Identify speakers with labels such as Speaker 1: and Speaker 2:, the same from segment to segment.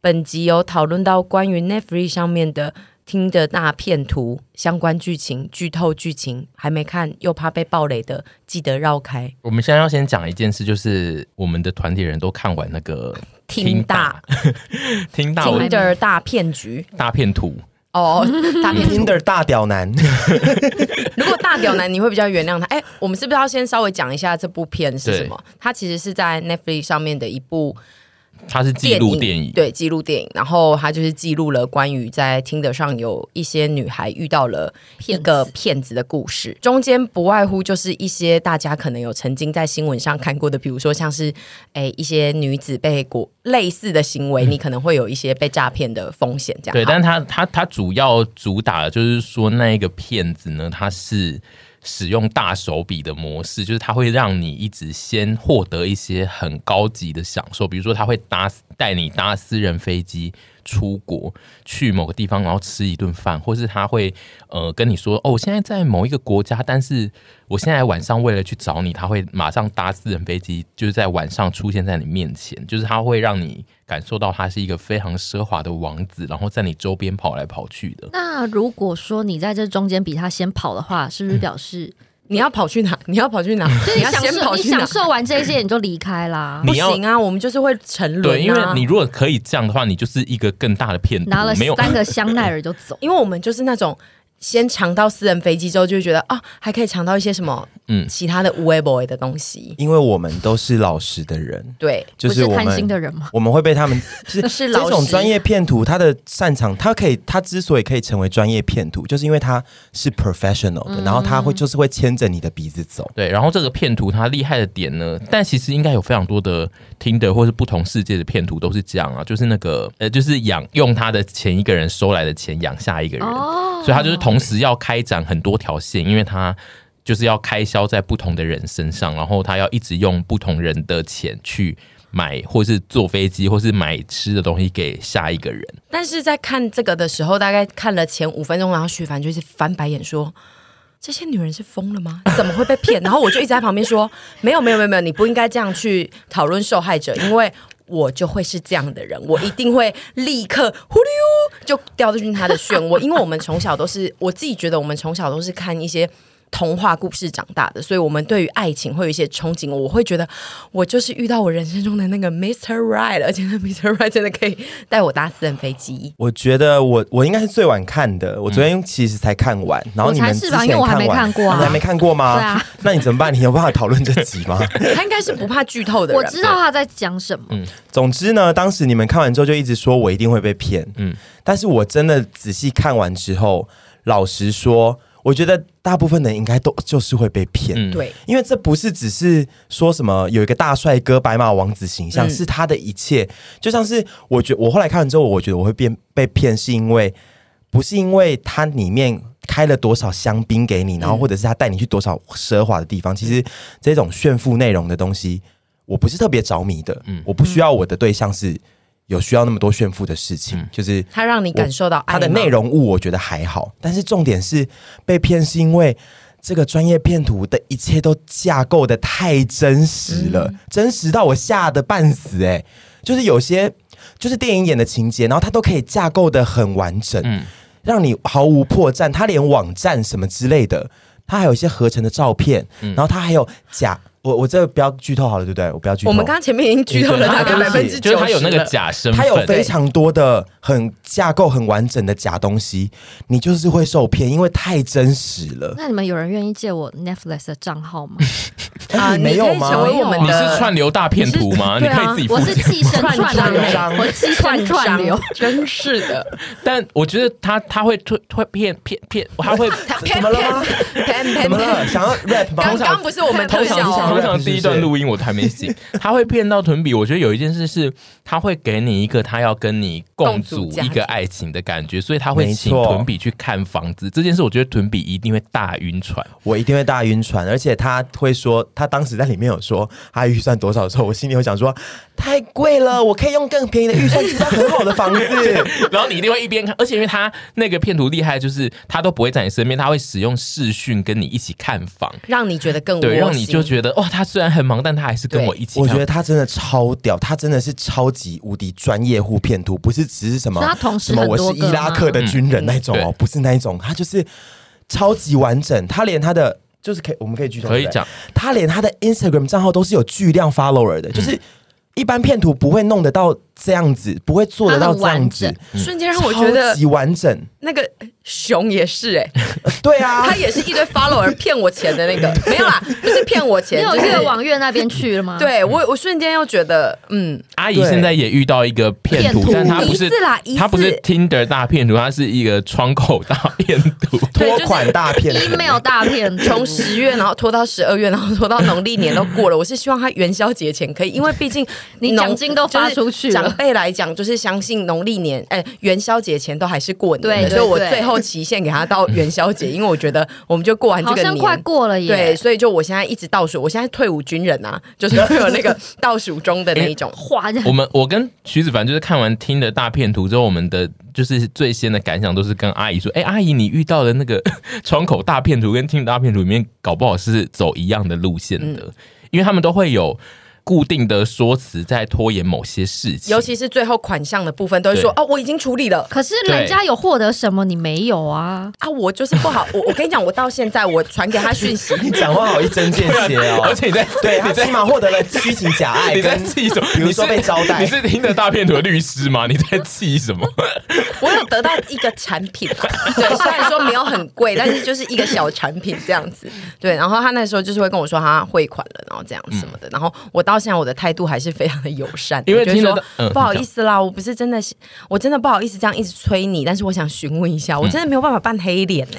Speaker 1: 本集有讨论到关于 Netflix 上面的听的大片图相关剧情、剧透剧情，还没看又怕被暴雷的，记得绕开。
Speaker 2: 我们现在要先讲一件事，就是我们的团体人都看完那个
Speaker 1: 听大
Speaker 2: 听大
Speaker 1: 听
Speaker 2: 我
Speaker 1: 的大骗局
Speaker 2: 大片图，
Speaker 1: 哦， 大骗
Speaker 3: 听
Speaker 1: 局。
Speaker 3: 的大屌男，
Speaker 1: 如果大屌男，你会比较原谅他。哎、我们是不是要先稍微讲一下这部片是什么？它其实是在 Netflix 上面的一部
Speaker 2: 它是纪录电影，
Speaker 1: 对，记录电影。然后他就是记录了关于在听得上有一些女孩遇到了一个骗子的故事，中间不外乎就是一些大家可能有曾经在新闻上看过的，比如说像是诶一些女子被国类似的行为，你可能会有一些被诈骗的风险，这样。
Speaker 2: 嗯对，但是他他他主要主打的就是说那一个骗子呢，他是使用大手笔的模式，就是他会让你一直先获得一些很高级的享受，比如说他会搭带你搭私人飞机出国去某个地方，然后吃一顿饭，或是他会呃跟你说哦，我现在在某一个国家，但是我现在晚上为了去找你，他会马上搭私人飞机，就是在晚上出现在你面前，就是他会让你感受到他是一个非常奢华的王子，然后在你周边跑来跑去的。
Speaker 4: 那如果说你在这中间比他先跑的话，是不是表示
Speaker 1: 你要跑去哪？你要跑去哪？
Speaker 4: 就是
Speaker 1: 你
Speaker 4: 你
Speaker 1: 要
Speaker 4: 享
Speaker 1: 先
Speaker 4: 受
Speaker 1: 跑
Speaker 4: 你
Speaker 1: 去哪
Speaker 4: 享？受完这一些你就离开啦？
Speaker 1: 不
Speaker 2: 你要
Speaker 1: 行啊，我们就是会沉沦、啊。，
Speaker 2: 对，因为你如果可以这样的话，你就是一个更大的骗徒
Speaker 4: 拿了，
Speaker 2: 没有
Speaker 4: 三个香奈儿就走
Speaker 1: 因为我们就是那种先尝到私人飞机之后，就会觉得啊，还可以尝到一些什么嗯
Speaker 2: 嗯
Speaker 1: 其他的无微不微的东西。
Speaker 3: 因为我们都是老实的人，
Speaker 1: 对，
Speaker 3: 就
Speaker 4: 不是
Speaker 3: 我
Speaker 4: 贪心
Speaker 3: 们
Speaker 4: 的人吗？
Speaker 3: 我们会被他们就
Speaker 1: 是
Speaker 3: 是
Speaker 1: 老实
Speaker 3: 这种专业骗徒，他的擅长，他可以，他之所以可以成为专业骗徒，就是因为他是 professional
Speaker 4: 嗯
Speaker 3: 的，然后他会就是会牵着你的鼻子走。
Speaker 2: 对，然后这个骗图它厉害的点呢，但其实应该有非常多的听的或是不同世界的骗图都是这样啊，就是那个呃，就是养用他的前一个人收来的钱养下一个人，
Speaker 4: 哦
Speaker 2: 所以他就是同时要开展很多条线，因为他就是要开销在不同的人身上，然后他要一直用不同人的钱去买，或是坐飞机，或是买吃的东西给下一 个人。
Speaker 1: 但是在看这个的时候，大概看了前五分钟，然后徐凡就是翻白眼说。这些女人是疯了吗？ 怎么会被骗？然后我就一直在旁边说：“没有，没有，没有，没有，你不应该这样去讨论受害者，因为我就会是这样的人，我一定会立刻呼溜就掉进他的漩涡。因为我们从小都是，我自己觉得我们从小都是看一些童话故事长大的，所以我们对于爱情会有一些憧憬。我会觉得我就是遇到我人生中的那个 Mr. Right，而且 那 Mr. Right 真的可以带我搭私人飞机。
Speaker 3: 我觉得我我应该是最晚看的，我昨天其实才看完，然后你们
Speaker 4: 我才
Speaker 3: 之
Speaker 4: 是
Speaker 3: 前
Speaker 4: 吧因为我还没看过啊
Speaker 3: 完你还没看过吗？
Speaker 4: 对啊，
Speaker 3: 那你怎么办？你有办法讨论这集吗？
Speaker 1: 他应该是不怕剧透的人
Speaker 4: 我
Speaker 1: 吧，
Speaker 4: 知道他在讲什么，
Speaker 3: 总之呢，当时你们看完之后就一直说我一定会被骗，嗯，但是我真的仔细看完之后，老实说，我觉得大部分人应该都就是会被骗，
Speaker 2: 嗯
Speaker 1: 对，
Speaker 3: 因为这不是只是说什么有一个大帅哥白马王子形象，
Speaker 1: 嗯
Speaker 3: 是他的一切。就像是我觉我后来看完之后，我觉得我会变被骗，是因为不是因为它里面开了多少香槟给你，
Speaker 1: 嗯
Speaker 3: 然后或者是他带你去多少奢华的地方。其实这种炫富内容的东西，我不是特别着迷的。
Speaker 1: 嗯
Speaker 3: 我不需要我的对象是有需要那么多炫富的事情，
Speaker 1: 嗯
Speaker 3: 就是
Speaker 1: 他让你感受到爱
Speaker 3: 它的
Speaker 1: 吗
Speaker 3: 内容物我觉得还好，但是重点是被骗是因为这个专业骗徒的一切都架构的太真实了，
Speaker 1: 嗯
Speaker 3: 真实到我吓得半死哎、就是有些就是电影演的情节，然后它都可以架构的很完整，
Speaker 1: 嗯
Speaker 3: 让你毫无破绽。它连网站什么之类的，它还有一些合成的照片，
Speaker 1: 嗯
Speaker 3: 然后它还有假。我我这个不要剧透好了，对不对？我不要剧透。
Speaker 1: 我们刚刚前面已经剧透了大概
Speaker 3: 对
Speaker 1: 百
Speaker 3: 啊
Speaker 1: 分之
Speaker 2: 就
Speaker 1: 九
Speaker 2: 是
Speaker 1: 十，
Speaker 2: 他有那个假身
Speaker 3: 它
Speaker 2: 份，
Speaker 3: 有非常多的很架构很完整的假东西，你就是会受骗，因为太真实了。
Speaker 4: 那你们有人愿意借我 Netflix 的账号吗？
Speaker 1: 啊
Speaker 3: 哎你没有吗
Speaker 1: 你可以？成为我们
Speaker 2: 你
Speaker 1: 的
Speaker 2: 是串流大骗图吗？
Speaker 1: 你
Speaker 2: 你
Speaker 1: 是对
Speaker 2: 可
Speaker 1: 啊
Speaker 2: 以自己付
Speaker 4: 我是
Speaker 2: 钱。
Speaker 4: 寄生串
Speaker 1: 串
Speaker 4: 流，
Speaker 1: 商
Speaker 4: 我寄生串流。，
Speaker 1: 真是的，
Speaker 2: 但我觉得他他会推会骗骗骗，他 会
Speaker 3: 怎么了吗？怎么了？想要 rap
Speaker 1: 刚
Speaker 3: 吗？
Speaker 1: 刚不是我们特
Speaker 2: 通常
Speaker 1: 效
Speaker 3: 想
Speaker 2: 通
Speaker 1: 哦，
Speaker 2: 常第一段录音我都还没醒，他会骗到屯比。我觉得有一件事是，他会给你一个他要跟你共
Speaker 1: 共
Speaker 2: 组
Speaker 1: 组家
Speaker 2: 一个爱情的感觉，所以他会
Speaker 3: 没
Speaker 2: 请
Speaker 3: 错
Speaker 2: 屯比去看房子。这件事我觉得屯比一定会大晕船。
Speaker 3: 我一定会大晕船，而且他会说，他当时在里面有说他预算多少的时候，我心里会想说太贵了，我可以用更便宜的预算去到很好的房子。
Speaker 2: 然后你一定会一边看，而且因为他那个骗图厉害，就是他都不会在你身边，他会使用视讯跟你一起看房。
Speaker 1: 让你觉得更窝
Speaker 2: 对，
Speaker 1: 心
Speaker 2: 让你就觉得哇，他虽然很忙，但他还是跟
Speaker 1: 对
Speaker 2: 我一起看。
Speaker 3: 我觉得他真的超屌，他真的是超级无敌专业户骗图，不是只是什么
Speaker 4: 所以他同时
Speaker 3: 什么
Speaker 4: 很
Speaker 3: 我
Speaker 4: 多
Speaker 3: 是
Speaker 4: 个
Speaker 3: 伊拉
Speaker 4: 吗
Speaker 3: 克的军人那种哦，
Speaker 2: 嗯对
Speaker 3: 不是那一种，他就是超级完整，他连他的就是可以我们可以举手
Speaker 2: 可以
Speaker 3: 对不对
Speaker 2: 讲，
Speaker 3: 他连他的 Instagram 账号都是有巨量 follower 的，
Speaker 2: 嗯
Speaker 3: 就是一般骗图不会弄得到这样子，不会做得到这样子，
Speaker 2: 嗯
Speaker 1: 瞬间让我觉得
Speaker 3: 超级完整，
Speaker 1: 那个熊也是哎、
Speaker 3: 对啊，
Speaker 1: 他也是一堆 follower 骗我钱的那个，没有啦，不是骗我
Speaker 4: 你
Speaker 1: 钱，
Speaker 4: 有
Speaker 1: 就是
Speaker 4: 越往越那边去了吗？，
Speaker 1: 对我，我瞬间又觉得，嗯，
Speaker 2: 阿姨
Speaker 3: 对
Speaker 2: 现在也遇到一个骗
Speaker 4: 骗
Speaker 2: 徒，
Speaker 4: 徒
Speaker 2: 但他不
Speaker 1: 疑
Speaker 2: 是
Speaker 1: 似啦疑似
Speaker 2: 他不是 Tinder 大骗徒，他是一个窗口大骗徒。
Speaker 1: 对
Speaker 3: 拖
Speaker 1: 就是
Speaker 3: 款大骗图
Speaker 4: email 大片
Speaker 1: 从十月然后拖到十二月，然后拖到农历年都过了。我是希望他元宵节前可以，因为毕竟
Speaker 4: 你
Speaker 1: 农
Speaker 4: 奖金都发出去了
Speaker 1: 就是长辈来讲，就是相信农历年，哎、元宵节前都还是过年的，
Speaker 4: 对
Speaker 1: 所以我
Speaker 4: 对
Speaker 1: 最后期限给他到元宵节，因为我觉得我们就过完这
Speaker 4: 好
Speaker 1: 个
Speaker 4: 像
Speaker 1: 年。
Speaker 4: 快过了耶。
Speaker 1: 对，，所以就我现在一直倒数，我现在退伍军人啊，就是会有那个倒数中的那一种。
Speaker 4: 哗，这样
Speaker 2: 我们我跟徐子凡就是看完听的大片图之后，我们的就是最先的感想都是跟阿姨说：“哎、阿姨，你遇到的那个 窗口大片图跟听的大片图里面，搞不好是走一样的路线的，
Speaker 1: 嗯
Speaker 2: 因为他们都会有固定的说辞在拖延某些事情。
Speaker 1: 尤其是最后款项的部分，都会说哦，我已经处理了
Speaker 4: 可是人家有获得什么，你没有啊？
Speaker 1: 啊，我就是不好。我我跟你讲，我到现在我传给他讯 息，
Speaker 3: 你讲话好一针见血哦，
Speaker 2: 啊而且你在
Speaker 3: 对
Speaker 2: 你
Speaker 3: 他
Speaker 2: 在
Speaker 3: 起码获得了虚情假爱
Speaker 2: 你在
Speaker 3: 跟
Speaker 2: 气什么？
Speaker 3: 比如
Speaker 2: 你是
Speaker 3: 说被招待
Speaker 2: 你是听的大片图的律师吗？你在气什么？
Speaker 1: 我有得到一个产品，对，虽然说没有很贵，但是就是一个小产品这样子。对，然后他那时候就是会跟我说他汇款了，然后这样什么的。然后我到现在我的态度还是非常的友善，
Speaker 2: 因为
Speaker 1: 我就是
Speaker 2: 听得
Speaker 1: 说
Speaker 2: 到、嗯
Speaker 1: 不好意思啦，我不是真的，我真的不好意思这样一直催你，但是我想询问一下，我真的没有办法扮黑脸呢、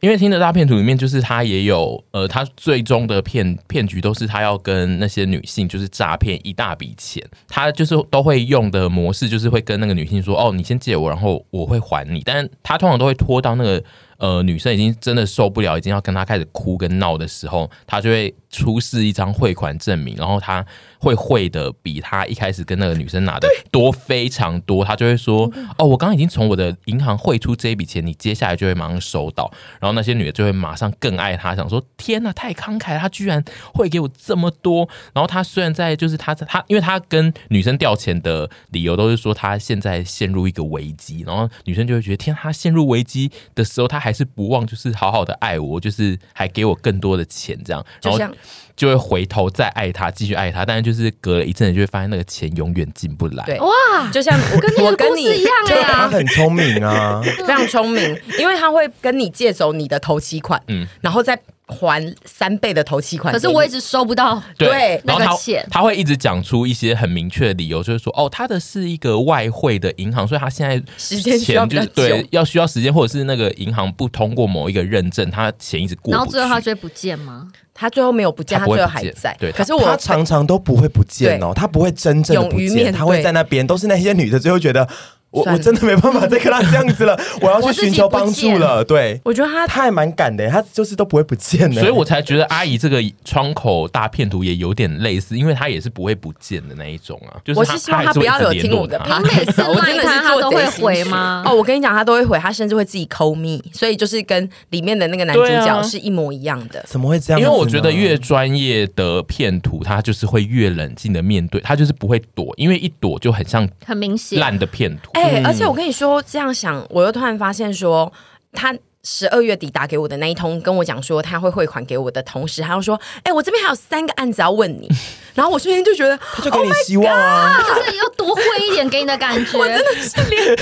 Speaker 2: 因为听的大骗图里面，就是他也有呃，他最终的骗骗局都是他要跟那些女性就是诈骗一大笔钱，他就是都会用的模式，就是会跟那个女性说哦，你先借我，然后我会还你，但是他通常都会拖到那个呃女生已经真的受不了，已经要跟他开始哭跟闹的时候，他就会出示一张汇款证明，然后他会汇的比他一开始跟那个女生拿的多非常多，他就会说哦，我刚刚已经从我的银行汇出这一笔钱，你接下来就会马上收到，然后那些女的就会马上更爱他，想说天呐，太慷慨了，他居然会给我这么多。然后他虽然在就是他他，因为他跟女生调钱的理由都是说他现在陷入一个危机，然后女生就会觉得天，他陷入危机的时候，他还是不忘就是好好的爱我，就是还给我更多的钱这样，然
Speaker 1: 就
Speaker 2: 后
Speaker 1: 像
Speaker 2: 就会回头再爱他，继续爱他，但是就是隔了一阵子就会发现那个钱永远进不来。
Speaker 1: 对
Speaker 4: 哇，
Speaker 1: 就像我
Speaker 4: 啊跟
Speaker 1: 我
Speaker 4: 你的
Speaker 1: 跟
Speaker 4: 故
Speaker 1: 你
Speaker 4: 事一样哎
Speaker 3: 他
Speaker 1: 啊
Speaker 4: 呀！
Speaker 3: 很聪明啊，
Speaker 1: 非常聪明，因为他会跟你借走你的头期款，嗯，然后再还三倍的头期款给
Speaker 4: 可
Speaker 1: 你。
Speaker 4: 是我一直收不到。
Speaker 2: 对
Speaker 1: 对，
Speaker 2: 然后
Speaker 4: 那个
Speaker 2: 他
Speaker 4: 钱
Speaker 2: 他会一直讲出一些很明确的理由，就是说，哦，他的是一个外汇的银行，所以他现在
Speaker 1: 时间需要
Speaker 2: 钱
Speaker 1: 比较
Speaker 2: 就是
Speaker 1: 久
Speaker 2: 对要需要时间，或者是那个银行不通过某一个认证，他钱一直过
Speaker 4: 然后
Speaker 2: 不
Speaker 4: 最
Speaker 2: 去
Speaker 4: 后他就会不见吗？
Speaker 1: 他最后没有不见，
Speaker 2: 他
Speaker 1: 他
Speaker 2: 不会
Speaker 1: 最后
Speaker 2: 不
Speaker 1: 还
Speaker 2: 见
Speaker 1: 在。
Speaker 2: 对
Speaker 1: 可是
Speaker 3: 他
Speaker 1: 我
Speaker 3: 常常都不会不见哦，他不会真正的不
Speaker 1: 勇于
Speaker 3: 见，
Speaker 1: 面对
Speaker 3: 他会在那边，都是那些女的最后觉得我
Speaker 1: 算
Speaker 3: 我
Speaker 1: 了
Speaker 3: 真的没办法再跟他这样子了，我要去寻求帮助了。对，
Speaker 1: 我觉得他
Speaker 3: 他还蛮敢的，他就是都不会不见的。
Speaker 2: 所以我才觉得阿姨这个窗口大骗图也有点类似，因为他也是不会不见的那一种啊，就是
Speaker 1: 我
Speaker 2: 他
Speaker 1: 是希望
Speaker 2: 他
Speaker 1: 他不要有
Speaker 2: 还是会一直
Speaker 1: 听
Speaker 2: 联
Speaker 1: 我
Speaker 2: 络
Speaker 1: 的
Speaker 2: 他
Speaker 1: podcast，我 真的是
Speaker 4: 他
Speaker 1: 做
Speaker 4: 都
Speaker 1: 贼
Speaker 4: 会
Speaker 1: 心虚
Speaker 4: 回吗
Speaker 1: 哦，我跟你讲，他都会回，他甚至会自己抠 me，所以就是跟里面的那个男主
Speaker 2: 对啊
Speaker 1: 角是一模一样的。
Speaker 3: 怎么会这样
Speaker 2: 因
Speaker 3: 子
Speaker 2: 为
Speaker 3: 呢？
Speaker 2: 我觉得越专业的骗图，他就是会越冷静的面对，他就是不会躲，因为一躲就很像
Speaker 4: 很明显，
Speaker 2: 烂的骗图。
Speaker 1: 哎、
Speaker 3: 嗯
Speaker 1: 而且我跟你说，这样想，我又突然发现说，他十二月底打给我的那一通，跟我讲说他会汇款给我的同时，他又说，哎、我这边还有三个案子要问你，然后我瞬间就觉得，
Speaker 3: 他就给你希望啊，
Speaker 4: 就是要多会一点给你的感觉。我真的
Speaker 1: 是连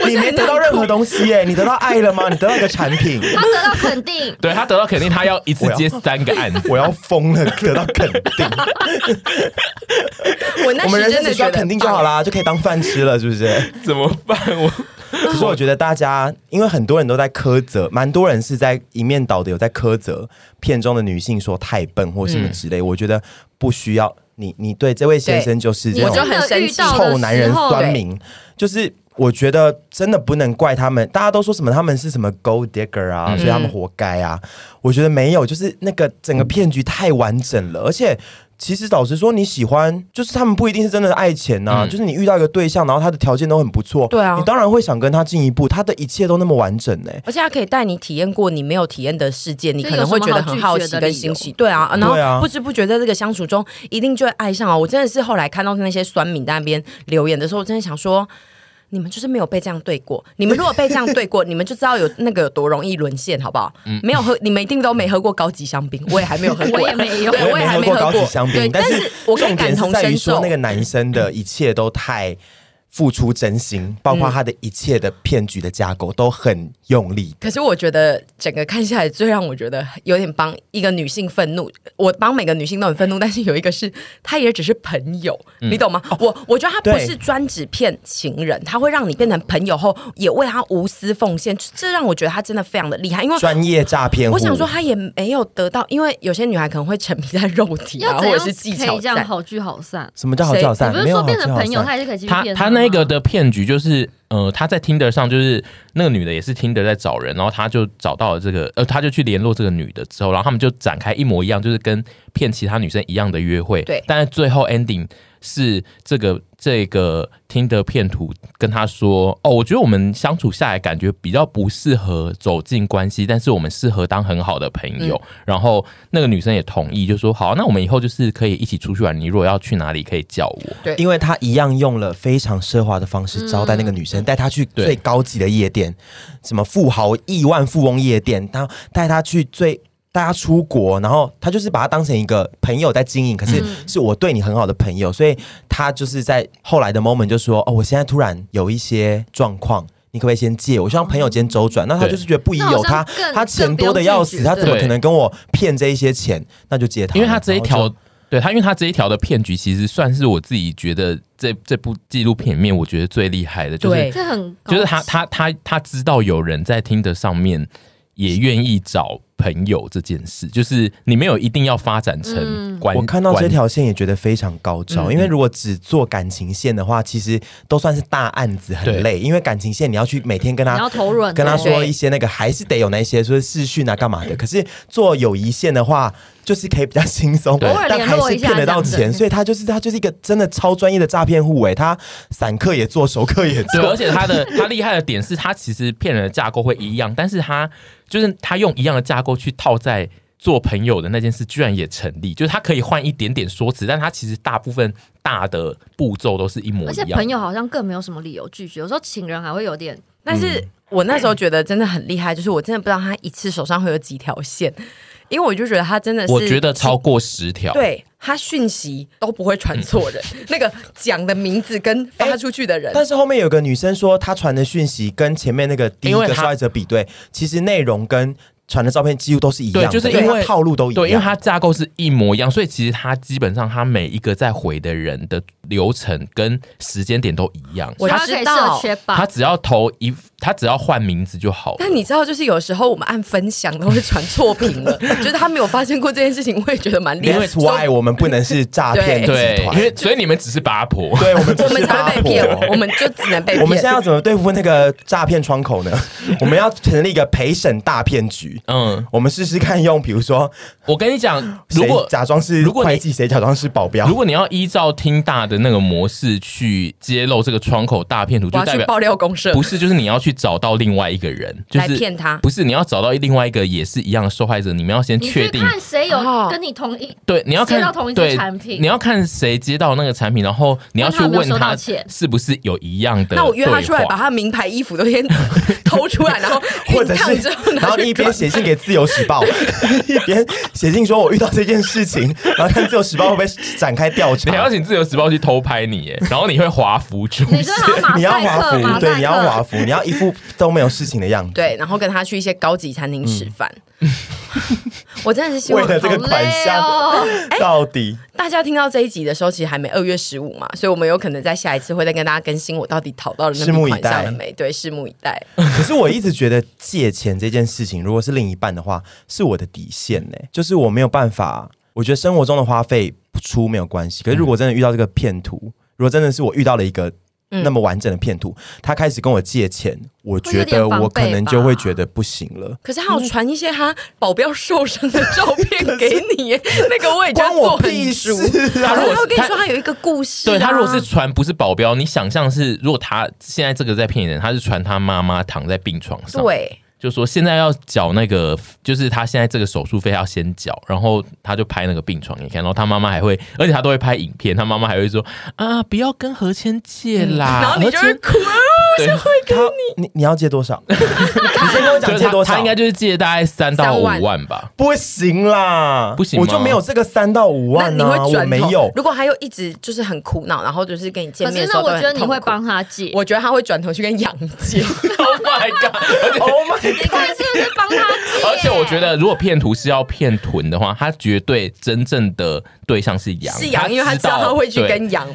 Speaker 1: 我
Speaker 3: 你
Speaker 1: 现在
Speaker 3: 没得到
Speaker 1: 很
Speaker 3: 任何东西耶，你得到爱了吗？你得到一个产品，
Speaker 4: 他得到肯定，
Speaker 2: 对他得到肯定，他要一次接三个案子。
Speaker 3: 我要疯了，得到肯定。
Speaker 1: 我那
Speaker 3: 我
Speaker 1: 时
Speaker 3: 们人
Speaker 1: 真
Speaker 3: 生
Speaker 1: 的
Speaker 3: 只需
Speaker 1: 觉
Speaker 3: 要
Speaker 1: 得
Speaker 3: 肯定就好啦，就可以当饭吃了，是不是？
Speaker 2: 怎么办？我
Speaker 3: 可是我觉得大家，因为很多人都在苛责，蛮多人是在一面倒的有在苛责片中的女性说太笨或什么之类。我觉得不需要你，你对这位先生就是这
Speaker 1: 我
Speaker 3: 种
Speaker 1: 就很生
Speaker 4: 遇
Speaker 1: 气
Speaker 4: 到的
Speaker 3: 臭男人
Speaker 4: 时候
Speaker 3: 酸民，就是。我觉得真的不能怪他们，大家都说什么他们是什么 gold digger
Speaker 1: 嗯
Speaker 3: 啊，所以他们活该啊。我觉得没有，就是那个整个骗局太完整了，而且其实老实说，你喜欢就是他们不一定是真的爱钱呐、
Speaker 2: 嗯
Speaker 3: 就是你遇到一个对象，然后他的条件都很不错，
Speaker 1: 对啊
Speaker 3: 你当然会想跟他进一步，他的一切都那么完整欸呢、
Speaker 1: 而且他可以带你体验过你没有体验的世界，你可能会觉得很好奇跟新奇，对啊，然后
Speaker 3: 对啊
Speaker 1: 不知不觉在这个相处中，一定就会爱上哦。我真的是后来看到那些酸民在那边留言的时候，我真的想说。你们就是没有被这样对过。你们如果被这样对 过，你们就知道有那个有多容易沦陷，好不好？
Speaker 3: 嗯
Speaker 1: 没有喝，你们一定都没喝过高级香槟，我也还没有喝过，
Speaker 4: 我也没有
Speaker 1: 对我也还
Speaker 3: 没
Speaker 1: 没喝
Speaker 3: 过高
Speaker 1: 过
Speaker 3: 级香
Speaker 1: 对
Speaker 3: 槟，
Speaker 1: 但
Speaker 3: 是
Speaker 1: 我可以
Speaker 3: 重
Speaker 1: 感
Speaker 3: 点是
Speaker 1: 同
Speaker 3: 在于
Speaker 1: 身
Speaker 3: 说
Speaker 1: 受
Speaker 3: 那。个男生的一切都太付出真心，包
Speaker 1: 嗯
Speaker 3: 括他的一切的骗局的架构都很用力。
Speaker 1: 可是我觉得整个看下来，最让我觉得有点帮一个女性愤怒，我帮每个女性都很愤怒，但是有一个是，她也只是朋友，你懂吗？我我觉得她不
Speaker 3: 对
Speaker 1: 是专指骗情人，她会让你变成朋友后，也为她无私奉献，这这让我觉得她真的非常的厉害，因为。
Speaker 3: 专业诈骗户，
Speaker 1: 我想说，她也没有得到，因为有些女孩可能会沉迷在肉体啊，
Speaker 4: 要
Speaker 1: 或
Speaker 4: 怎
Speaker 1: 者
Speaker 4: 样可
Speaker 1: 是技巧
Speaker 4: 以这样
Speaker 1: 在。
Speaker 4: 好聚好散？
Speaker 3: 什么叫好
Speaker 1: 谁
Speaker 3: 聚好
Speaker 4: 你
Speaker 3: 散？
Speaker 4: 不是
Speaker 3: 没有
Speaker 4: 说
Speaker 3: 好
Speaker 4: 变
Speaker 3: 聚
Speaker 4: 成
Speaker 3: 好
Speaker 4: 朋友，
Speaker 3: 散
Speaker 4: 他也是可以继续
Speaker 2: 他
Speaker 4: 变
Speaker 2: 他
Speaker 4: 吗
Speaker 2: 那个的骗局就是，呃，他在 Tinder 上就是那个女的也是 Tinder 在找人，然后他就找到了这个，呃，他就去联络这个女的之后，然后他们就展开一模一样，就是跟骗其他女生一样的约会。
Speaker 1: 对
Speaker 2: 但是最后 ending 是这个这个 Tinder 骗徒跟他说，哦，我觉得我们相处下来感觉比较不适合走进关系，但是我们适合当很好的朋友。然后那个女生也同意，就说好，那我们以后就是可以一起出去玩，你如果要去哪里可以叫我。
Speaker 1: 对
Speaker 3: 因为他一样用了非常奢华的方式招待那个女
Speaker 4: 嗯
Speaker 3: 生，带她去最高级的夜店，什么富豪、亿万富翁夜店，然后带她去最。带她出国，然后他就是把她当成一个朋友在经营，
Speaker 4: 嗯
Speaker 3: 可是是我对你很好的朋友，所以他就是在后来的 moment 就说：“哦，我现在突然有一些状况，你可不可以先借我？我希望朋友间
Speaker 4: 嗯
Speaker 3: 周转。”那他
Speaker 2: 对
Speaker 3: 就是觉得不疑
Speaker 4: 那好
Speaker 3: 有他
Speaker 4: 像更，
Speaker 3: 他钱多的要
Speaker 4: 更不用拒
Speaker 3: 死，
Speaker 4: 绝
Speaker 3: 他怎么
Speaker 2: 对
Speaker 3: 可能跟我骗这一些钱？那就借他，
Speaker 2: 因为他这一
Speaker 3: 然后
Speaker 2: 条
Speaker 3: 就，
Speaker 2: 对他，因为他这一条的骗局，其实算是我自己觉得这这部纪录片里面，我觉得最厉害的，就
Speaker 1: 对
Speaker 2: 是
Speaker 4: 这很高
Speaker 2: 就是他
Speaker 4: 级
Speaker 2: 他他他知道有人在听的上面也愿意找朋友这件事，就是你没有一定要发展成
Speaker 4: 嗯
Speaker 2: 关，
Speaker 3: 我看到这
Speaker 2: 关
Speaker 3: 条线也觉得非常高招，
Speaker 1: 嗯
Speaker 3: 因为如果只做感情线的话，其实都算是大案子，
Speaker 2: 对
Speaker 3: 很累。因为感情线你要去每天跟
Speaker 4: 你
Speaker 3: 他
Speaker 4: 要投入很
Speaker 3: 跟他
Speaker 4: 多
Speaker 3: 说一些那个，还是得有那些说视讯啊干嘛 的。可是做友谊线的话，就是可以比较轻松，
Speaker 2: 对偶
Speaker 4: 尔
Speaker 3: 但
Speaker 4: 联
Speaker 3: 还
Speaker 4: 络
Speaker 3: 是
Speaker 4: 一下
Speaker 3: 骗得到
Speaker 4: 这样子
Speaker 3: 钱。所以他就是他就是一个真的超专业的诈骗户诶，欸他散客也做，熟客 也
Speaker 2: 对，
Speaker 3: 做。
Speaker 2: 而且他的 他厉害的点是，他其实骗人的架构会一样，但是他就是他用一样的架构去套在做朋友的那件事，居然也成立。就是他可以换一点点说辞，但他其实大部分大的步骤都是一模
Speaker 4: 而
Speaker 2: 一
Speaker 4: 且
Speaker 2: 样的。
Speaker 4: 朋友好像更没有什么理由拒绝，有时候情人还会有点
Speaker 1: 但是我那时候觉得真的很厉害，就是我真的不知道她一次手上会有几条线，因为我就觉得她真的是，
Speaker 2: 我觉得超过十条。
Speaker 1: 对他讯息都不会传错 人，那个讲的名字跟发出去的人，
Speaker 3: 哎但是后面有个女生说，她传的讯息跟前面那个第一
Speaker 2: 因为
Speaker 3: 个
Speaker 2: 她
Speaker 3: 受害者比对，其实内容跟传的照片几乎都是一样的，
Speaker 2: 对就是
Speaker 3: 因
Speaker 2: 因为
Speaker 3: 她套路都一样。
Speaker 2: 对，因为它架构是一模一样，所以其实它基本上它每一个在回的人的流程跟时间点都一样。
Speaker 1: 我
Speaker 4: 他可
Speaker 1: 知
Speaker 4: 以
Speaker 1: 道
Speaker 4: 设缺
Speaker 2: 他
Speaker 4: 吧？
Speaker 2: 只要投一，他只要换名字就好了。
Speaker 1: 但你知道，就是有时候我们按分享都会传错屏 了，就是他没有发现过这件事情，我也觉得蛮厉害。
Speaker 3: That's why 我们不能是诈骗集
Speaker 2: 对，
Speaker 3: 团，
Speaker 2: 因为所以你们只是八婆。
Speaker 3: 对我们
Speaker 1: 我
Speaker 3: 只
Speaker 1: 们
Speaker 3: 是
Speaker 1: 才
Speaker 3: 八
Speaker 1: 会被
Speaker 3: 婆。
Speaker 1: 骗，我们就只能被
Speaker 3: 我们现在
Speaker 1: 骗。
Speaker 3: 要怎么对付那个诈骗窗口呢？我们要成立一个陪审大骗局。
Speaker 2: 嗯，
Speaker 3: 我们试试看用，比如说，
Speaker 2: 我跟你讲，如
Speaker 3: 谁
Speaker 2: 果
Speaker 3: 假装是
Speaker 2: 如果你
Speaker 3: 会计，谁假装是保镖
Speaker 2: 如，果你要依照听大的那个模式去揭露这个窗口大骗图，
Speaker 1: 我
Speaker 2: 就
Speaker 1: 要
Speaker 2: 代
Speaker 1: 去
Speaker 2: 表
Speaker 1: 爆料公社
Speaker 2: 不，是，就是你要去找到另外一个人，就
Speaker 1: 来
Speaker 2: 是
Speaker 1: 骗他
Speaker 2: 不是，你要找到另外一个也是一样的受害者，你们要先
Speaker 4: 你
Speaker 2: 确
Speaker 4: 是
Speaker 2: 定哦
Speaker 4: 看谁
Speaker 1: 哦
Speaker 4: 有跟你同意？
Speaker 2: 对，你要看
Speaker 4: 接到同一
Speaker 2: 对
Speaker 4: 只产品
Speaker 2: 你要看谁接到那个产品，然后你要去
Speaker 4: 问他有没
Speaker 2: 问
Speaker 4: 有收
Speaker 2: 他
Speaker 4: 到钱
Speaker 2: 是不是有一样的。
Speaker 1: 那我约他出来，把。他的名牌衣服都先 偷出来，然后
Speaker 3: 或
Speaker 1: 熨
Speaker 3: 者
Speaker 1: 烫
Speaker 3: 是
Speaker 1: 之后，
Speaker 3: 然
Speaker 1: 拿
Speaker 3: 后
Speaker 1: 去
Speaker 3: 你一边写信给《自由时报》，一边写信说我遇到这件事情，然后看《自由时报》会不会展开调
Speaker 2: 你还要
Speaker 3: 查。
Speaker 2: 请自由时报去偷拍你耶，然后你会华服出
Speaker 4: 你就好像马
Speaker 3: 你要
Speaker 4: 赛
Speaker 3: 华
Speaker 4: 克，马
Speaker 3: 服，
Speaker 4: 赛
Speaker 3: 对，
Speaker 4: 克，
Speaker 3: 你要华服，你要一副都没有事情的样子。
Speaker 1: 对，然后跟他去一些高级餐厅吃饭。 我真的是希望
Speaker 3: 嗯为了这个
Speaker 4: 好
Speaker 3: 款
Speaker 4: 累
Speaker 3: 项
Speaker 4: 哦。
Speaker 3: 到底
Speaker 1: 大家听到这一集的时候，其实还没二月十五嘛，所以我们有可能在下一次会再跟大家更新我到底讨到了那
Speaker 3: 拭目
Speaker 1: 笔
Speaker 3: 以
Speaker 1: 款项了
Speaker 3: 待
Speaker 1: 没？对，拭目以待。
Speaker 3: 可是我一直觉得借钱这件事情，如果是另一半的话，是我的底线呢、就是我没有办法。我觉得生活中的花费不出没有关系，可是如果真的遇到这个骗徒，如果真的是我遇到了一个那么完整的骗图，他开始跟我借钱，我
Speaker 4: 会有
Speaker 3: 觉
Speaker 4: 点
Speaker 3: 得
Speaker 4: 防
Speaker 3: 我可
Speaker 4: 备
Speaker 3: 能就会
Speaker 4: 吧
Speaker 3: 觉得不行了。
Speaker 1: 可是他有传一些他保镖受伤的照片给你耶，那个我也觉得
Speaker 3: 关
Speaker 1: 做
Speaker 3: 我
Speaker 1: 很
Speaker 3: 屁 事
Speaker 1: 足。
Speaker 3: 啊！
Speaker 1: 然
Speaker 2: 如
Speaker 1: 后
Speaker 2: 果
Speaker 1: 他会跟你
Speaker 2: 他
Speaker 1: 说他有一个故事、啊，
Speaker 2: 对他如果是传不是保镖，你想象是如果他现在这个在骗人，他是传他妈妈躺在病床上，，
Speaker 1: 对，
Speaker 2: 就说现在要缴那个，就是他现在这个手术费要先缴，然后他就拍那个病床给你看，然后他妈妈还会，而且他都会拍影片，他妈妈还会说啊，不要跟何谦借啦，
Speaker 1: 嗯然后你就
Speaker 2: 何
Speaker 1: 会
Speaker 2: 谦
Speaker 1: 哭，啊
Speaker 2: 对
Speaker 3: 他你你要借多少？你先跟我讲
Speaker 2: 就是
Speaker 3: 借
Speaker 2: 他
Speaker 3: 多少？
Speaker 2: 他应该就是借大概三到
Speaker 1: 三
Speaker 2: 五
Speaker 1: 万
Speaker 2: 万吧，
Speaker 3: 不行啦，
Speaker 2: 不行吗
Speaker 3: 我就没有这个三到五
Speaker 1: 那
Speaker 3: 万
Speaker 1: 你
Speaker 3: 呢、
Speaker 1: 会
Speaker 3: 我
Speaker 1: 转
Speaker 3: 没
Speaker 1: 头
Speaker 3: 有。
Speaker 1: 如果他又一直就是很苦恼，然后就是跟你见
Speaker 4: 可
Speaker 1: 面
Speaker 4: 是
Speaker 1: 的时
Speaker 4: 那
Speaker 1: 候，
Speaker 4: 我觉得你会
Speaker 1: 帮，
Speaker 4: 帮他借，
Speaker 1: 我觉得他会转头去跟杨姐，
Speaker 2: Oh my god！
Speaker 3: Oh my
Speaker 4: 你看是不是帮他借？
Speaker 2: 而且我觉得，如果骗图是要骗臀的话，他绝对真正的对象是羊，
Speaker 1: 是杨，因为他知
Speaker 2: 知
Speaker 1: 道他会去
Speaker 2: 对
Speaker 1: 跟杨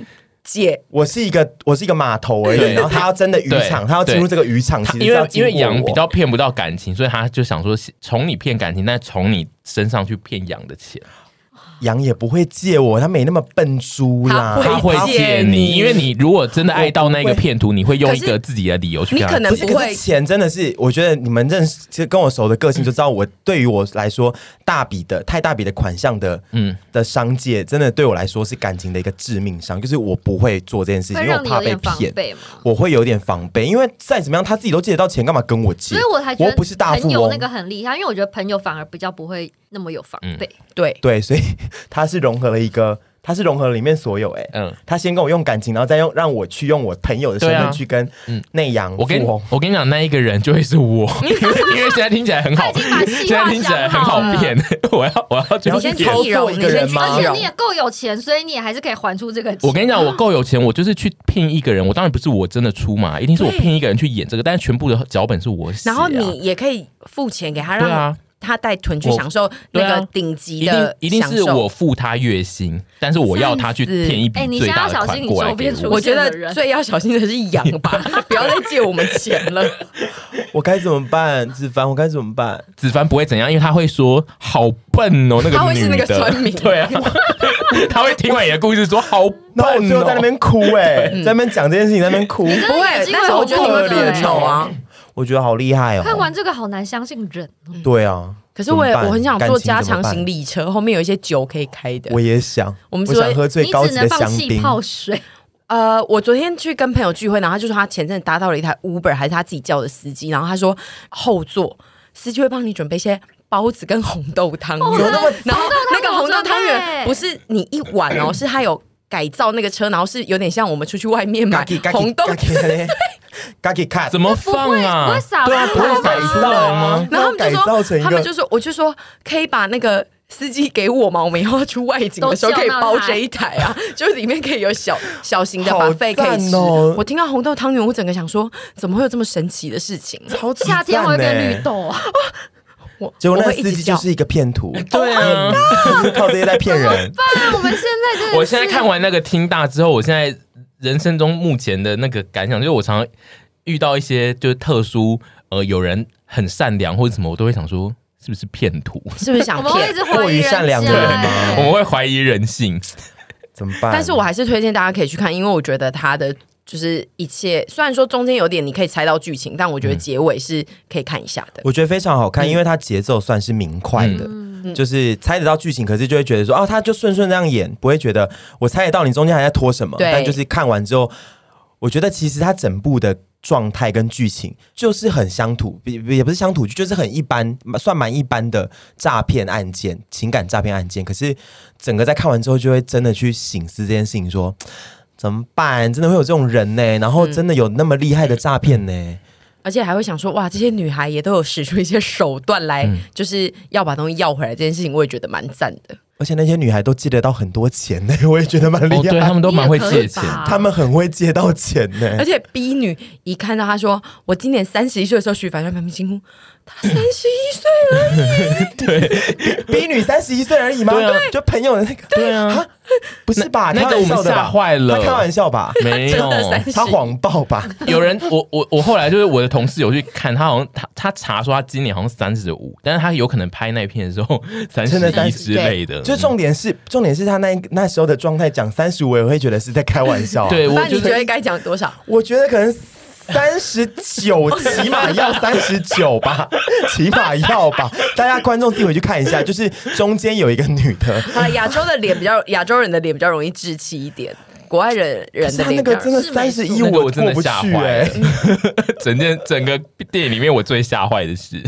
Speaker 1: 姐，
Speaker 3: 我是一个我是一个码头而已，
Speaker 2: 对
Speaker 3: 然后他要真的渔场，
Speaker 2: 对
Speaker 3: 他要进入这个渔场，其实
Speaker 2: 因
Speaker 3: 是要
Speaker 2: 为
Speaker 3: 经
Speaker 2: 因
Speaker 3: 过
Speaker 2: 为羊比
Speaker 3: 我
Speaker 2: 较骗不到感情，所以他就想说从你骗感情，但从你身上去骗羊的钱，
Speaker 3: 羊也不会借我，他没那么笨猪啦。
Speaker 1: 他
Speaker 2: 他会
Speaker 1: 他
Speaker 2: 借
Speaker 1: 借
Speaker 2: 你，
Speaker 1: 你
Speaker 2: 因为你如如果真的爱到那
Speaker 3: 我
Speaker 2: 个
Speaker 3: 不会
Speaker 2: 骗图，你会用一
Speaker 1: 可是
Speaker 2: 个自己的理由去
Speaker 1: 你
Speaker 2: 跟他
Speaker 1: 可能
Speaker 3: 不是，
Speaker 1: 不
Speaker 3: 可
Speaker 1: 会
Speaker 3: 是钱真的是，我觉得你们认识其实跟我熟的个性就知道我，对于我来说，大笔的太大笔的款项的，嗯
Speaker 2: 嗯
Speaker 3: 的商借，真的对我来说是感情的一个致命伤，就是我不会做这件事情，
Speaker 4: 会
Speaker 3: 因为我
Speaker 4: 让你
Speaker 3: 怕
Speaker 4: 有
Speaker 3: 被
Speaker 4: 点防
Speaker 3: 骗。
Speaker 4: 备嘛。
Speaker 3: 我会有点防备，因为再怎么样他自己都借得到钱，干嘛跟我借？
Speaker 4: 所以我才觉
Speaker 3: 我不是大
Speaker 4: 得
Speaker 3: 富
Speaker 4: 朋友
Speaker 3: 翁
Speaker 4: 那个很厉害，因为我觉得朋友反而比较不会那么有防备。
Speaker 2: 嗯
Speaker 1: 对，
Speaker 3: 对，所以 他是融合了一个，他是融合了里面所有、欸，哎，
Speaker 2: 嗯
Speaker 3: 他先跟我用感情，然后再用让我去用我朋友的身
Speaker 2: 对
Speaker 3: 份
Speaker 2: 啊
Speaker 3: 去跟内阳
Speaker 2: 我跟
Speaker 3: 富翁。
Speaker 2: 我跟你讲，那一个人就会是我，因为现在听起来很好，
Speaker 4: 他已经把计 划
Speaker 2: 现在听起来很好
Speaker 4: 想好了
Speaker 2: 骗。我要我要去
Speaker 3: 然
Speaker 1: 你
Speaker 3: 后
Speaker 1: 先
Speaker 3: 去
Speaker 1: 去
Speaker 3: 操
Speaker 1: 易容
Speaker 3: 作一个
Speaker 1: 你先
Speaker 3: 人
Speaker 1: 去
Speaker 3: 吗？
Speaker 4: 而且你也够有钱，所以你也还是可以还出这个钱。
Speaker 2: 我跟你讲，我够有钱，我就是去骗一个人。我当然不是我真的出马，一定是我
Speaker 1: 对
Speaker 2: 骗一个人去演这个，但是全部的脚本是我写、啊。
Speaker 1: 然后你也可以付钱给他，
Speaker 2: 对
Speaker 1: 让
Speaker 2: 啊
Speaker 1: 他带臀去
Speaker 2: 我
Speaker 1: 享受那
Speaker 2: 对啊
Speaker 1: 个顶级
Speaker 2: 一
Speaker 1: 的
Speaker 2: 定一定
Speaker 1: 享
Speaker 2: 是
Speaker 1: 受。
Speaker 2: 我付他月薪，但是我要他去骗一
Speaker 4: 哎
Speaker 2: 笔
Speaker 4: 你
Speaker 2: 最大
Speaker 4: 现在要
Speaker 2: 的
Speaker 4: 小
Speaker 2: 款
Speaker 4: 心你
Speaker 2: 过来
Speaker 4: 周边
Speaker 2: 给
Speaker 4: 出
Speaker 2: 我
Speaker 1: 我。觉
Speaker 4: 出现的
Speaker 1: 得
Speaker 4: 人
Speaker 1: 最要小心的是羊 吧，不要再借我们钱 了。
Speaker 3: 我该怎么办？子凡，我该怎么办？
Speaker 2: 子凡不会怎样，因为他会说好笨哦，那个
Speaker 1: 他会是
Speaker 2: 女
Speaker 1: 那个
Speaker 2: 的
Speaker 1: 酸民
Speaker 2: 对啊，他会听完你的故事说好
Speaker 3: 然后我
Speaker 2: 笨
Speaker 3: 最后在那
Speaker 2: 哦。
Speaker 3: 边哭、欸，哎、在那边讲这件事情，在那边哭，
Speaker 1: 不会
Speaker 4: 有，机会
Speaker 1: 但是我觉得你会
Speaker 4: 好可
Speaker 1: 分
Speaker 4: 怜
Speaker 1: 手啊。
Speaker 3: 我觉得好厉害哦、
Speaker 4: 看完这个好难相信人哦，
Speaker 3: 对啊，
Speaker 1: 可是我也
Speaker 3: 怎么办
Speaker 1: 我很想
Speaker 3: 感
Speaker 1: 坐
Speaker 3: 情
Speaker 1: 加
Speaker 3: 怎
Speaker 1: 长
Speaker 3: 么办
Speaker 1: 型礼车，后面有一些酒可以开的
Speaker 3: 我。也想，
Speaker 1: 我们是
Speaker 3: 想
Speaker 1: 会
Speaker 3: 喝最
Speaker 4: 你
Speaker 3: 高
Speaker 4: 只
Speaker 3: 级
Speaker 4: 能
Speaker 3: 的
Speaker 4: 放
Speaker 3: 香
Speaker 4: 气
Speaker 3: 槟。
Speaker 4: 泡水。
Speaker 1: 呃，我昨天去跟朋友聚会，然后他就说他前阵子搭到了一台 Uber，还是他自己叫的司机，然后他说后座司机会帮你准备一些。包子跟红豆汤圆，
Speaker 4: 哦有那么
Speaker 1: 然后那个红豆汤
Speaker 4: 红豆汤
Speaker 1: 圆
Speaker 4: 圆
Speaker 1: 不是你一碗哦，是他有改造那个车，然后是有点像我们出去外面买红豆
Speaker 3: 嘎叽嘎叽看，
Speaker 2: 怎么
Speaker 4: 不会
Speaker 2: 放啊？
Speaker 4: 不会撒
Speaker 3: 对啊，
Speaker 4: 出
Speaker 3: 不会
Speaker 4: 来
Speaker 3: 改
Speaker 4: 吗
Speaker 3: 造吗？
Speaker 1: 然后
Speaker 3: 改
Speaker 1: 他
Speaker 3: 造
Speaker 1: 们
Speaker 3: 成
Speaker 1: 就
Speaker 3: 一
Speaker 1: 说，他们就
Speaker 3: 个
Speaker 1: 说，我就说可以把那个司机给我嘛，我们以后要出外景的时候
Speaker 4: 都
Speaker 1: 可
Speaker 4: 叫
Speaker 1: 以
Speaker 4: 到
Speaker 1: 包
Speaker 4: 他
Speaker 1: 这一台啊， 就是里面可以有小小型的
Speaker 3: 好
Speaker 1: 把费可以吃。
Speaker 3: 赞哦
Speaker 1: 我听到红豆汤圆，我整个想说，怎么会有这么神奇的事 情？
Speaker 3: 超级
Speaker 4: 夏天
Speaker 3: 赞
Speaker 4: 我会变
Speaker 3: 欸
Speaker 4: 绿豆啊！
Speaker 1: 我
Speaker 3: 结果
Speaker 1: 我
Speaker 3: 那
Speaker 1: 会一
Speaker 3: 司
Speaker 1: 直
Speaker 3: 机就
Speaker 1: 叫
Speaker 3: 是一个骗 徒，
Speaker 2: 对
Speaker 3: Oh
Speaker 2: 啊，
Speaker 3: 就是靠这些在骗人。
Speaker 4: 爸，我们现在真的是，
Speaker 2: 我现在看完那个听大之后，我现在人生中目前的那个感想，就是我常常遇到一些就是特殊，呃，有人很善良或者什么，我都会想说是不是骗徒？
Speaker 1: 是不是想
Speaker 4: 我们会一
Speaker 1: 骗？
Speaker 4: 直怀
Speaker 3: 过
Speaker 4: 疑
Speaker 3: 于
Speaker 4: 人
Speaker 3: 善良的
Speaker 4: 家
Speaker 3: 人吗
Speaker 2: 我
Speaker 4: 哎
Speaker 2: 们会怀疑人性。
Speaker 3: 怎么办？
Speaker 1: 但是我还是推荐大家可以去看，因为我觉得他的就是一切，虽然说中间有点你可以猜到剧情，但我觉得结尾是可以看一下的。嗯
Speaker 3: 我觉得非常好看，因为它节奏算是明快的，就是猜得到剧情，可是就会觉得说，哦，他就顺顺这样演，不会觉得我猜得到你中间还在拖什么。
Speaker 1: 对
Speaker 3: 但就是看完之后，我觉得其实它整部的。状态跟剧情就是很乡土，也也不是乡土剧，就是很一般，算蛮一般的诈骗案件、情感诈骗案件。可是整个在看完之后，就会真的去醒思这件事情说怎么办？真的会有这种人呢、然
Speaker 1: 嗯
Speaker 3: 后真的有那么厉害的诈骗呢、
Speaker 1: 而且还会想说，哇，这些女孩也都有使出一些手段来，
Speaker 3: 嗯
Speaker 1: 就是要把东西要回来这件事情，我也觉得蛮赞的。
Speaker 3: 而且那些女孩都借得到很多钱呢、我也觉得蛮厉
Speaker 2: 哦，对
Speaker 3: 害。
Speaker 2: 他们都蛮会借钱
Speaker 4: 你也可以。吧
Speaker 3: 他们很会借到钱呢、
Speaker 1: 而且 B 女一看到她说，我今年三十一岁的时候，许凡在旁边惊呼，她三十一岁了，
Speaker 3: B 女三十一岁而已吗？
Speaker 2: 对啊
Speaker 3: 就朋友的那个，
Speaker 2: 对啊
Speaker 3: 啊，不是吧？
Speaker 2: 那那
Speaker 3: 开
Speaker 2: 个
Speaker 3: 玩
Speaker 2: 我们
Speaker 3: 笑的吧
Speaker 2: 吓坏了
Speaker 3: 他开玩笑吧？哎
Speaker 2: 没
Speaker 1: 真
Speaker 2: 有，
Speaker 1: 的三十
Speaker 3: 他谎报吧？
Speaker 2: 有人我我我后来就是我的同事有去看，他好像他他查说他今年好像三十五，但是他有可能拍那片的时候三
Speaker 3: 真
Speaker 2: 十
Speaker 3: 的
Speaker 2: 一
Speaker 3: 30
Speaker 2: 之类的，
Speaker 3: 就是重点是，重点是他那那时候的状态，讲三十五，我也会觉得是在开玩笑、啊。
Speaker 2: 对我
Speaker 1: 那你
Speaker 2: 就
Speaker 1: 觉
Speaker 2: 是
Speaker 1: 得该讲 多少？
Speaker 3: 我觉得可能三十九，起码要三十九 吧，起码要吧。大家观众自己回去看一下，就是中间有一个女的，
Speaker 1: 好了，啊亚洲的脸比较，亚洲人的脸比较容易稚气一点，国外人
Speaker 3: 可
Speaker 1: 人
Speaker 3: 是
Speaker 1: 的
Speaker 3: 她
Speaker 1: 脸比
Speaker 3: 那个
Speaker 1: 较
Speaker 3: 真的
Speaker 4: 是
Speaker 3: 三
Speaker 4: 没
Speaker 3: 十
Speaker 4: 错
Speaker 3: 一，
Speaker 2: 那个
Speaker 3: 我
Speaker 2: 我真
Speaker 3: 过
Speaker 2: 的
Speaker 3: 不
Speaker 2: 吓
Speaker 3: 去
Speaker 2: 坏
Speaker 3: 哎、
Speaker 2: 了，整件整个电影里面我最吓坏的是，